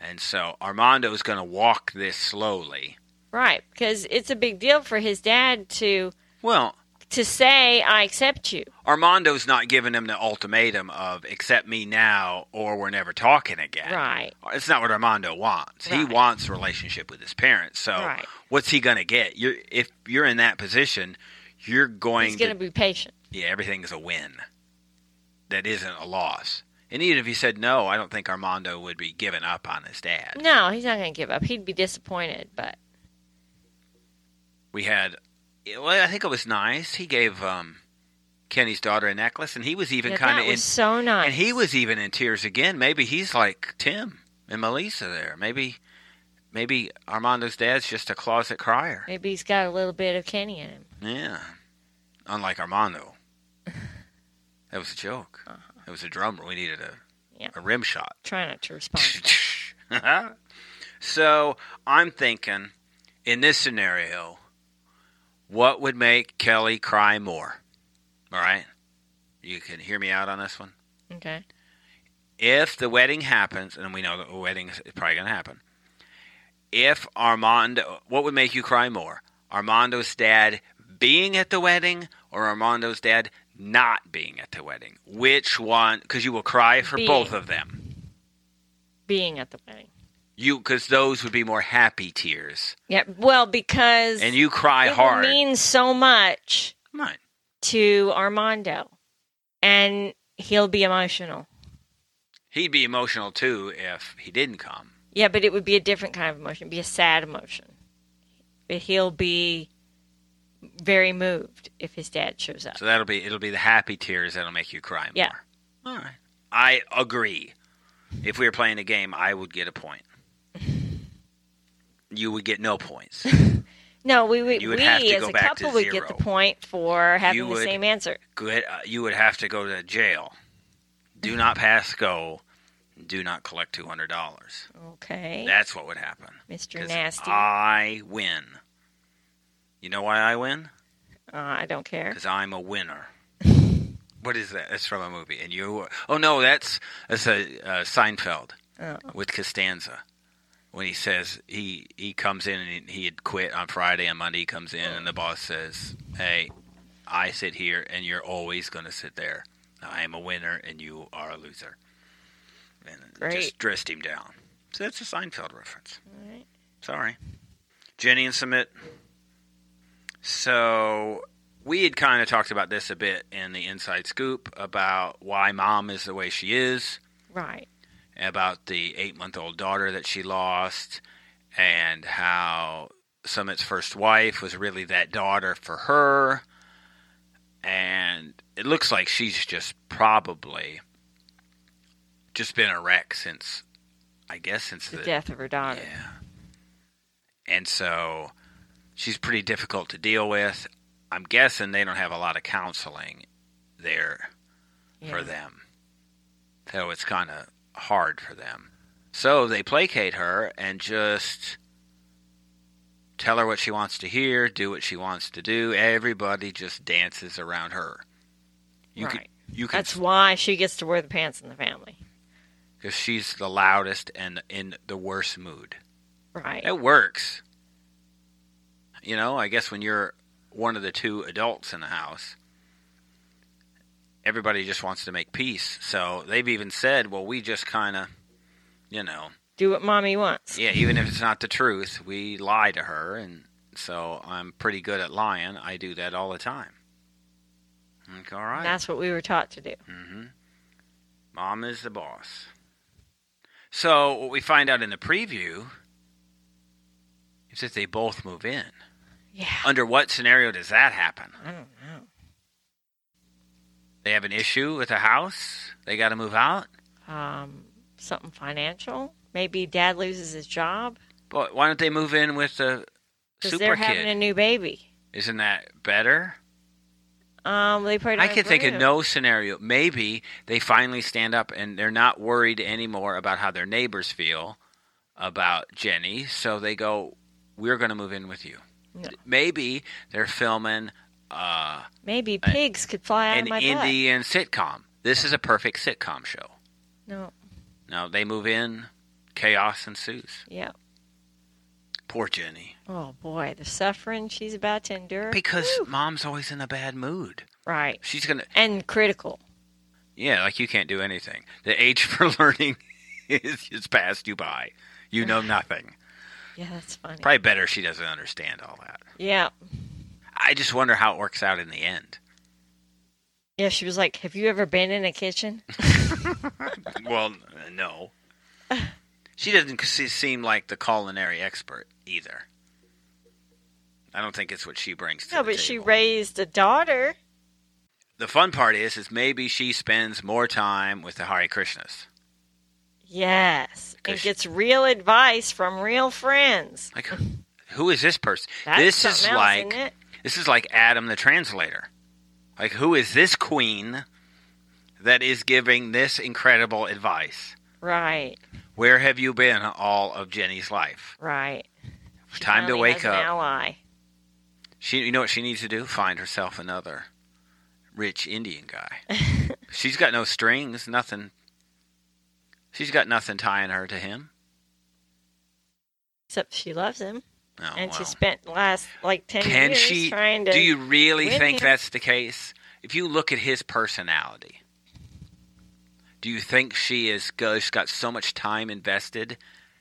Speaker 1: And so Armando is going to walk this slowly.
Speaker 2: Right. Because it's a big deal for his dad to
Speaker 1: Well,
Speaker 2: to say, I accept you.
Speaker 1: Armando's not giving him the ultimatum of accept me now or we're never talking again.
Speaker 2: Right.
Speaker 1: It's not what Armando wants. He
Speaker 2: Right.
Speaker 1: wants a relationship with his parents. So
Speaker 2: Right.
Speaker 1: what's he going to get? You're, if you're in that position, you're going
Speaker 2: He's going to be patient.
Speaker 1: yeah, everything's a win. That isn't a loss. And even if he said no, I don't think Armando would be giving up on his dad.
Speaker 2: No, he's not going to give up. He'd be disappointed, but
Speaker 1: We had, well, I think it was nice. He gave um, Kenny's daughter a necklace, and he was even
Speaker 2: yeah,
Speaker 1: kind
Speaker 2: that
Speaker 1: of in,
Speaker 2: was so nice.
Speaker 1: and he was even in tears again. Maybe he's like Tim and Melissa there. Maybe, maybe Armando's dad's just a closet crier.
Speaker 2: Maybe he's got a little bit of Kenny in him.
Speaker 1: Yeah, unlike
Speaker 2: (laughs)
Speaker 1: Armando. That was a joke. It was a drum. We needed a
Speaker 2: Uh-huh. Yeah.
Speaker 1: a rim shot.
Speaker 2: Try not to respond.
Speaker 1: (laughs) so I'm thinking, in this scenario, what would make Kelly cry more? All right, you can hear me out on this one.
Speaker 2: Okay.
Speaker 1: If the wedding happens, and we know the wedding is probably going to happen, if Armando, what would make you cry more? Armando's dad being at the wedding, or Armando's dad not being at the wedding? Which one? Because you will cry for
Speaker 2: Being.
Speaker 1: both of them.
Speaker 2: Being at the wedding.
Speaker 1: You because those would be more happy tears,
Speaker 2: Yeah. Well, because
Speaker 1: and you cry
Speaker 2: it
Speaker 1: hard.
Speaker 2: means so much
Speaker 1: Right.
Speaker 2: to Armando, and he'll be emotional.
Speaker 1: He'd be emotional too if he didn't come.
Speaker 2: Yeah, but it would be a different kind of emotion. It'd be a sad emotion. But he'll be very moved if his dad shows up.
Speaker 1: So that'll be it'll be the happy tears that'll make you cry more.
Speaker 2: Yeah.
Speaker 1: All right. I agree. If we were playing a game, I would get a point. You would get no
Speaker 2: (laughs)
Speaker 1: points.
Speaker 2: No, we we,
Speaker 1: You
Speaker 2: we
Speaker 1: would have to
Speaker 2: as
Speaker 1: go
Speaker 2: a
Speaker 1: back to
Speaker 2: couple would get
Speaker 1: zero.
Speaker 2: the point for having
Speaker 1: You
Speaker 2: the
Speaker 1: would-
Speaker 2: same answer.
Speaker 1: Good. uh, You would have to go to jail. Do not pass go. Do not collect two hundred dollars.
Speaker 2: Okay,
Speaker 1: That's what would happen.
Speaker 2: Mr.
Speaker 1: 'Cause
Speaker 2: Nasty. Uh,
Speaker 1: I win. You know why I win?
Speaker 2: Uh, I don't care.
Speaker 1: Because I'm a winner. what is that? That's from a movie. And you? Oh no, that's that's a uh, Seinfeld
Speaker 2: Oh.
Speaker 1: with Costanza when he says he he comes in and he had quit on Friday and Monday he comes in and the boss says, "Hey, I sit here and you're always going to sit there. I am a winner and you are a loser." And it just
Speaker 2: Great.
Speaker 1: dressed him down. So that's a Seinfeld reference.
Speaker 2: All right.
Speaker 1: Sorry. Jenny and Submit. So we had kind of talked about this a bit in the Inside Scoop about why mom is the way she is,
Speaker 2: Right.
Speaker 1: about the eight month old daughter that she lost, and how Summit's first wife was really that daughter for her. And it looks like she's just probably just been a wreck since, I guess, since
Speaker 2: The death of her daughter.
Speaker 1: yeah. And so she's pretty difficult to deal with. I'm guessing they don't have a lot of counseling there for
Speaker 2: Yeah.
Speaker 1: them. So it's kind of hard for them. So they placate her and just tell her what she wants to hear, do what she wants to do. Everybody just dances around her. You
Speaker 2: right.
Speaker 1: can, you can
Speaker 2: That's why she gets to wear the pants in the family.
Speaker 1: because she's the loudest and in the worst mood.
Speaker 2: Right.
Speaker 1: It works. You know, I guess when you're one of the two adults in the house, everybody just wants to make peace. So they've even said, well, we just kind of, you know,
Speaker 2: Do what mommy wants.
Speaker 1: yeah, even if it's not the truth, we lie to her. And so I'm pretty good at lying. I do that all the time. Like, all right.
Speaker 2: That's what we were taught to do.
Speaker 1: Mm-hmm. Mom is the boss. So what we find out in the preview is that they both move in.
Speaker 2: Yeah.
Speaker 1: Under what scenario does that happen?
Speaker 2: I don't know.
Speaker 1: They have an issue with a house. They got to move out.
Speaker 2: um, something financial. Maybe dad loses his job
Speaker 1: But why don't they move in with the
Speaker 2: because
Speaker 1: super
Speaker 2: they're
Speaker 1: kid?
Speaker 2: having a new baby.
Speaker 1: Isn't that better?
Speaker 2: Um, they probably. Don't
Speaker 1: I can
Speaker 2: have
Speaker 1: think of
Speaker 2: room.
Speaker 1: no scenario. Maybe they finally stand up and they're not worried anymore about how their neighbors feel about Jenny. So they go, "We're going to move in with you."
Speaker 2: No.
Speaker 1: Maybe they're filming uh,
Speaker 2: Maybe pigs could fly out
Speaker 1: an
Speaker 2: of my
Speaker 1: Indian sitcom. This is a perfect sitcom show.
Speaker 2: butt. No.
Speaker 1: Now they move in, chaos ensues.
Speaker 2: Yeah.
Speaker 1: Poor Jenny.
Speaker 2: Oh boy, the suffering she's about to endure.
Speaker 1: Because mom's always in a bad mood.
Speaker 2: right.
Speaker 1: She's going to,
Speaker 2: And critical.
Speaker 1: yeah, like you can't do anything. The age (laughs) for learning is just passed you by. You know nothing.
Speaker 2: Yeah, that's funny.
Speaker 1: Probably better she doesn't understand all that.
Speaker 2: Yeah.
Speaker 1: I just wonder how it works out in the end.
Speaker 2: Yeah, she was like, Have you ever been in a
Speaker 1: (laughs)
Speaker 2: kitchen?
Speaker 1: Well, n- no. (laughs) She doesn't se- seem like the culinary expert either. I don't think it's what she brings to
Speaker 2: no,
Speaker 1: the
Speaker 2: but she
Speaker 1: table.
Speaker 2: raised a daughter.
Speaker 1: the fun part is, is maybe she spends more time with the Hare Krishnas.
Speaker 2: Yes. And
Speaker 1: Cause she-
Speaker 2: gets real advice from real friends.
Speaker 1: Like, who is this person?
Speaker 2: That's
Speaker 1: this
Speaker 2: something
Speaker 1: is
Speaker 2: else,
Speaker 1: like
Speaker 2: isn't it?
Speaker 1: this is like Adam the translator. Like, who is this queen that is giving this incredible advice?
Speaker 2: Right,
Speaker 1: Where have you been all of Jenny's life?
Speaker 2: right. She
Speaker 1: Time to
Speaker 2: finally
Speaker 1: wake
Speaker 2: has An
Speaker 1: up.
Speaker 2: ally.
Speaker 1: She, you know what she needs to do? Find herself another rich Indian guy.
Speaker 2: (laughs)
Speaker 1: She's got no strings, nothing. She's got nothing tying her to him.
Speaker 2: Except she loves him,
Speaker 1: Oh,
Speaker 2: and she
Speaker 1: well.
Speaker 2: (laughs) spent last like ten
Speaker 1: Can
Speaker 2: years
Speaker 1: she?
Speaker 2: trying to.
Speaker 1: do you really
Speaker 2: win
Speaker 1: think
Speaker 2: him.
Speaker 1: that's the case? If you look at his personality, do you think she is go- she's got so much time invested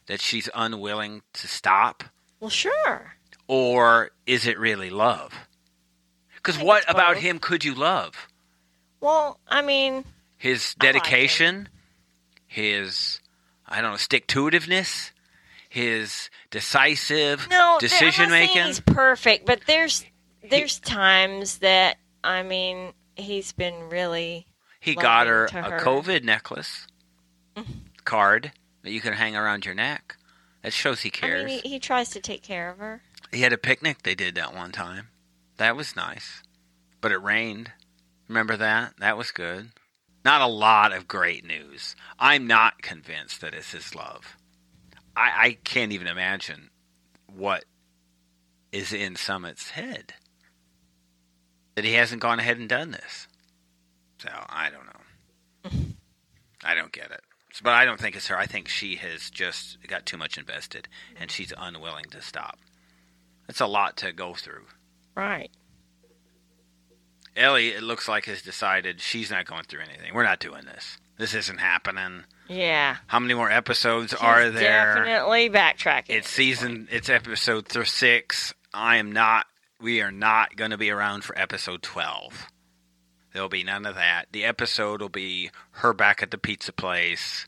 Speaker 1: that she's unwilling to stop,
Speaker 2: Well, sure.
Speaker 1: or is it really love? Because
Speaker 2: think
Speaker 1: what
Speaker 2: it's
Speaker 1: about
Speaker 2: both.
Speaker 1: him could you love?
Speaker 2: Well, I mean,
Speaker 1: his
Speaker 2: I like him.
Speaker 1: dedication, his I don't know stick to itiveness, his decisive
Speaker 2: no, there-
Speaker 1: decision
Speaker 2: I'm not saying
Speaker 1: making.
Speaker 2: He's perfect, but there's there's times that I mean he's been really
Speaker 1: He got
Speaker 2: loving
Speaker 1: her
Speaker 2: to
Speaker 1: a
Speaker 2: her. Mm.
Speaker 1: COVID necklace card that you can hang around your neck. That shows he cares.
Speaker 2: I mean, he, he tries to take care of her.
Speaker 1: he had a picnic they did that one time. That was nice, but it rained. Remember that? That was good. Not a lot of great news. I'm not convinced that it's his love. I, I can't even imagine what is in Summit's head that he hasn't gone ahead and done this. So I don't know. I don't get it. But I don't think it's her. I think she has just got too much invested and she's unwilling to stop. It's a lot to go through.
Speaker 2: Right.
Speaker 1: Ellie, it looks like, has decided she's not going through anything. We're not doing this. This isn't happening.
Speaker 2: Yeah.
Speaker 1: How many more episodes are
Speaker 2: She's
Speaker 1: there?
Speaker 2: definitely backtracking?
Speaker 1: It's season. It's episode th- six. I am not. We are not going to be around for episode twelve. There'll be none of that. The episode will be her back at the pizza place,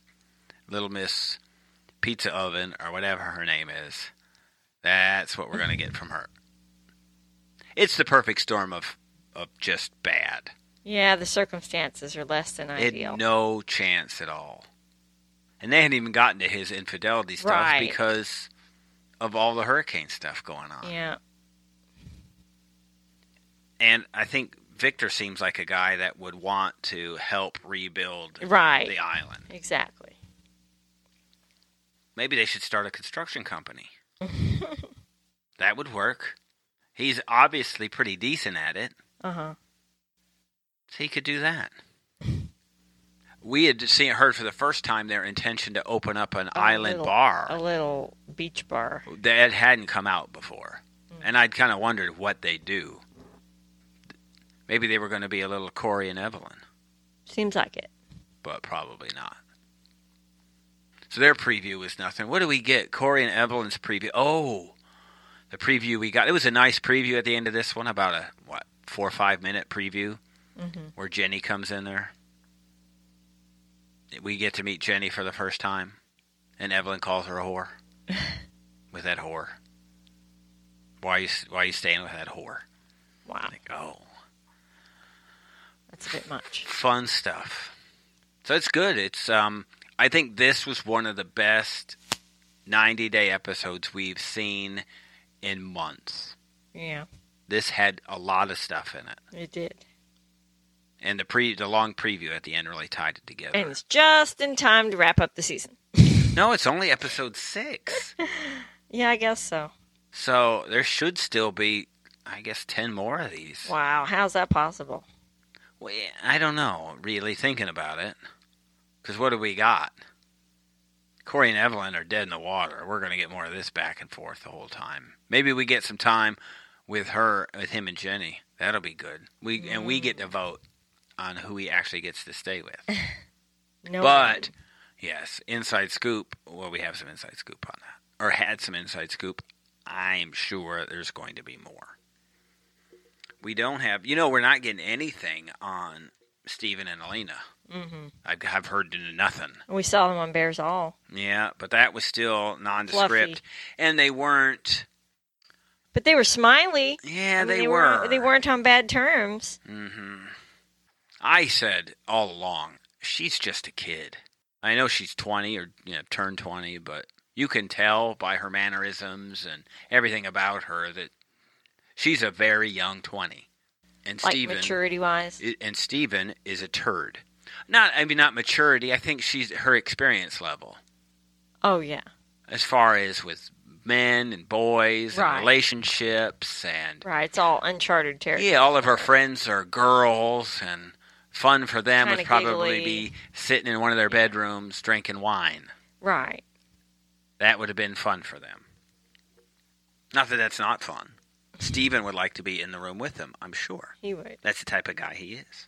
Speaker 1: Little Miss Pizza Oven or whatever her name is. That's what we're going to get from her. It's the perfect storm of of just bad.
Speaker 2: yeah, the circumstances are less than
Speaker 1: They
Speaker 2: ideal.
Speaker 1: had no chance at all. And they hadn't even gotten to his infidelity stuff
Speaker 2: Right.
Speaker 1: because of all the hurricane stuff going on.
Speaker 2: yeah.
Speaker 1: And I think Victor seems like a guy that would want to help rebuild
Speaker 2: Right.
Speaker 1: the island.
Speaker 2: Exactly.
Speaker 1: Maybe they should start a construction
Speaker 2: (laughs)
Speaker 1: company. that would work. He's obviously pretty decent at it.
Speaker 2: Uh huh.
Speaker 1: So he could do that. We had seen heard for the first time their intention to open up an
Speaker 2: A
Speaker 1: island
Speaker 2: little-
Speaker 1: bar.
Speaker 2: A little beach bar.
Speaker 1: that hadn't come out before. And I'd kind of wondered what they do. Maybe they were going to be a little Corey and Evelyn,
Speaker 2: Seems like it.
Speaker 1: but probably not. So their preview was nothing. What do we get? Corey and Evelyn's preview. Oh, the preview we got. It was a nice preview at the end of this one, about a, what, four or five minute preview
Speaker 2: Mhm.
Speaker 1: where Jenny comes in there. We get to meet Jenny for the first time, and Evelyn calls her a whore. with that whore. Why are you why are you staying with that whore?
Speaker 2: Wow,
Speaker 1: Like, oh,
Speaker 2: that's a bit much.
Speaker 1: fun stuff. So it's good. It's um, I think this was one of the best ninety day episodes we've seen in months.
Speaker 2: Yeah,
Speaker 1: This had a lot of stuff in it,
Speaker 2: it did.
Speaker 1: and the pre the long preview at the end really tied it together.
Speaker 2: And it's just in time to wrap up the season.
Speaker 1: No, it's only episode six.
Speaker 2: Yeah, I guess so.
Speaker 1: So there should still be, I guess, ten more of these.
Speaker 2: Wow, how's that possible?
Speaker 1: Well, yeah, I don't know. Really thinking about it, because what do we got? Corey and Evelyn are dead in the water. We're going to get more of this back and forth the whole time. Maybe we get some time with her, with him and Jenny. That'll be good. We and we get to vote on who he actually gets to stay with.
Speaker 2: No,
Speaker 1: But yes, inside scoop. Well, we have some inside scoop on that, or had some inside scoop. I'm sure there's going to be more. We don't have, you know, we're not getting anything on Stephen and Elena.
Speaker 2: hmm
Speaker 1: I've, I've heard nothing.
Speaker 2: we saw them on Bears All,
Speaker 1: Yeah, but that was still nondescript,
Speaker 2: Fluffy.
Speaker 1: and they weren't.
Speaker 2: but they were smiley.
Speaker 1: Yeah,
Speaker 2: I mean,
Speaker 1: they,
Speaker 2: weren't-
Speaker 1: were.
Speaker 2: They weren't on bad terms.
Speaker 1: hmm I said all along, she's just a kid. I know she's twenty or you know turned twenty, but you can tell by her mannerisms and everything about her that she's a very young twenty. And
Speaker 2: Like
Speaker 1: Steven
Speaker 2: maturity wise,
Speaker 1: i- and Steven is a turd. Not I mean not maturity. I think she's her experience level.
Speaker 2: oh yeah,
Speaker 1: as far as with men and boys
Speaker 2: Right.
Speaker 1: and relationships and
Speaker 2: right. It's all uncharted territory.
Speaker 1: yeah, all of her friends are girls and fun for them would
Speaker 2: Kinda
Speaker 1: probably
Speaker 2: giggly.
Speaker 1: be sitting in one of their bedrooms drinking wine.
Speaker 2: Right.
Speaker 1: That would have been fun for them. Not that that's not fun. Steven would like to be in the room with them, I'm sure.
Speaker 2: He would,
Speaker 1: That's the type of guy he is.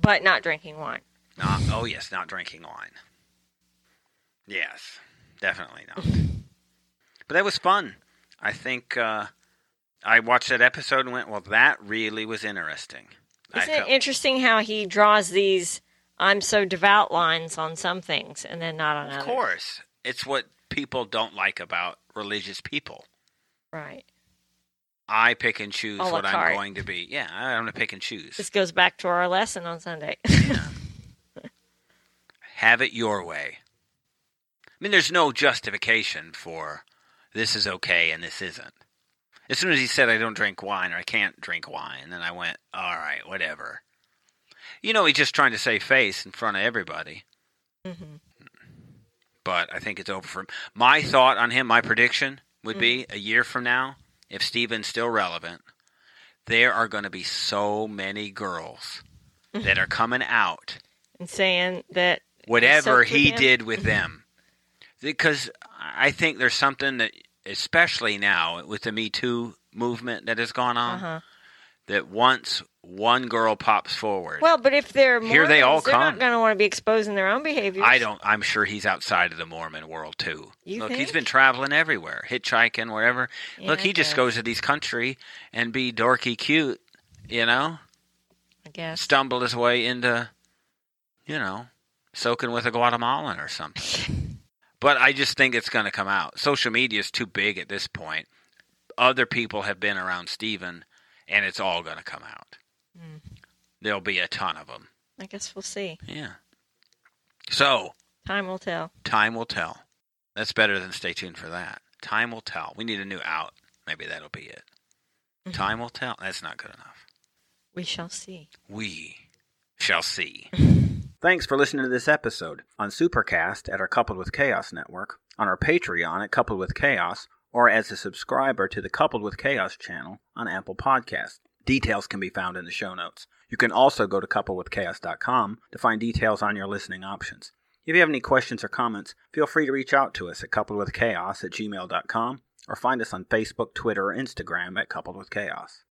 Speaker 2: but not drinking wine.
Speaker 1: Not, oh yes, not drinking wine. Yes, definitely
Speaker 2: (laughs)
Speaker 1: not. but that was fun. I think uh, I watched that episode and went, "Well, that really was interesting." I
Speaker 2: Isn't it
Speaker 1: felt-
Speaker 2: interesting how he draws these "I'm so devout" lines on some things and then not on
Speaker 1: of
Speaker 2: others?
Speaker 1: course, it's what people don't like about religious people.
Speaker 2: Right.
Speaker 1: I pick and choose
Speaker 2: A la
Speaker 1: what I'm
Speaker 2: carte.
Speaker 1: going to be. Yeah, I'm going to pick and
Speaker 2: This
Speaker 1: choose.
Speaker 2: goes back to our lesson on Sunday.
Speaker 1: Have it your way. I mean, there's no justification for this is okay and this isn't. As soon as he said I don't drink wine or I can't drink wine, then I went, all right, whatever. You know, he's just trying to save face in front of everybody.
Speaker 2: Mhm.
Speaker 1: But I think it's over for him. My thought on him, my prediction would be a year from now, if Steven's still relevant, there are going to be so many girls that are coming out
Speaker 2: (laughs) and saying that
Speaker 1: whatever
Speaker 2: Soaked with
Speaker 1: he
Speaker 2: him.
Speaker 1: did with them. Because I think there's something that, especially now with the Me Too movement that has gone on,
Speaker 2: Uh-huh.
Speaker 1: that once one girl pops forward,
Speaker 2: Well, but if they're Mormons,
Speaker 1: Here they all
Speaker 2: they're
Speaker 1: come.
Speaker 2: not going to want to be exposing their own behaviors.
Speaker 1: I don't. I'm sure he's outside of the Mormon world too.
Speaker 2: You
Speaker 1: Look, he's
Speaker 2: think?
Speaker 1: been traveling everywhere, hitchhiking wherever.
Speaker 2: Yeah,
Speaker 1: Look,
Speaker 2: I
Speaker 1: he just
Speaker 2: guess.
Speaker 1: goes to these country and be dorky cute, you know,
Speaker 2: I guess.
Speaker 1: stumble his way into, you know, soaking with a Guatemalan or something. but I just think it's going to come out. Social media is too big at this point. Other people have been around Steven, and it's all going to come out.
Speaker 2: Mm.
Speaker 1: There'll be a ton of them.
Speaker 2: I guess we'll see.
Speaker 1: Yeah. So.
Speaker 2: Time will tell.
Speaker 1: Time will tell. That's better than stay tuned for that. Time will tell. We need a new out. Maybe that'll be it.
Speaker 2: Mhm.
Speaker 1: Time will tell. That's not good enough.
Speaker 2: We shall see.
Speaker 1: We shall see. Thanks for listening to this episode on Supercast at our Coupled with Chaos network, on our Patreon at Coupled with Chaos, or as a subscriber to the Coupled with Chaos channel on Apple Podcasts. Details can be found in the show notes. You can also go to coupledwithchaos.com to find details on your listening options. If you have any questions or comments, feel free to reach out to us at coupledwithchaos at gmail.com or find us on Facebook, Twitter, or Instagram at Coupled with Chaos.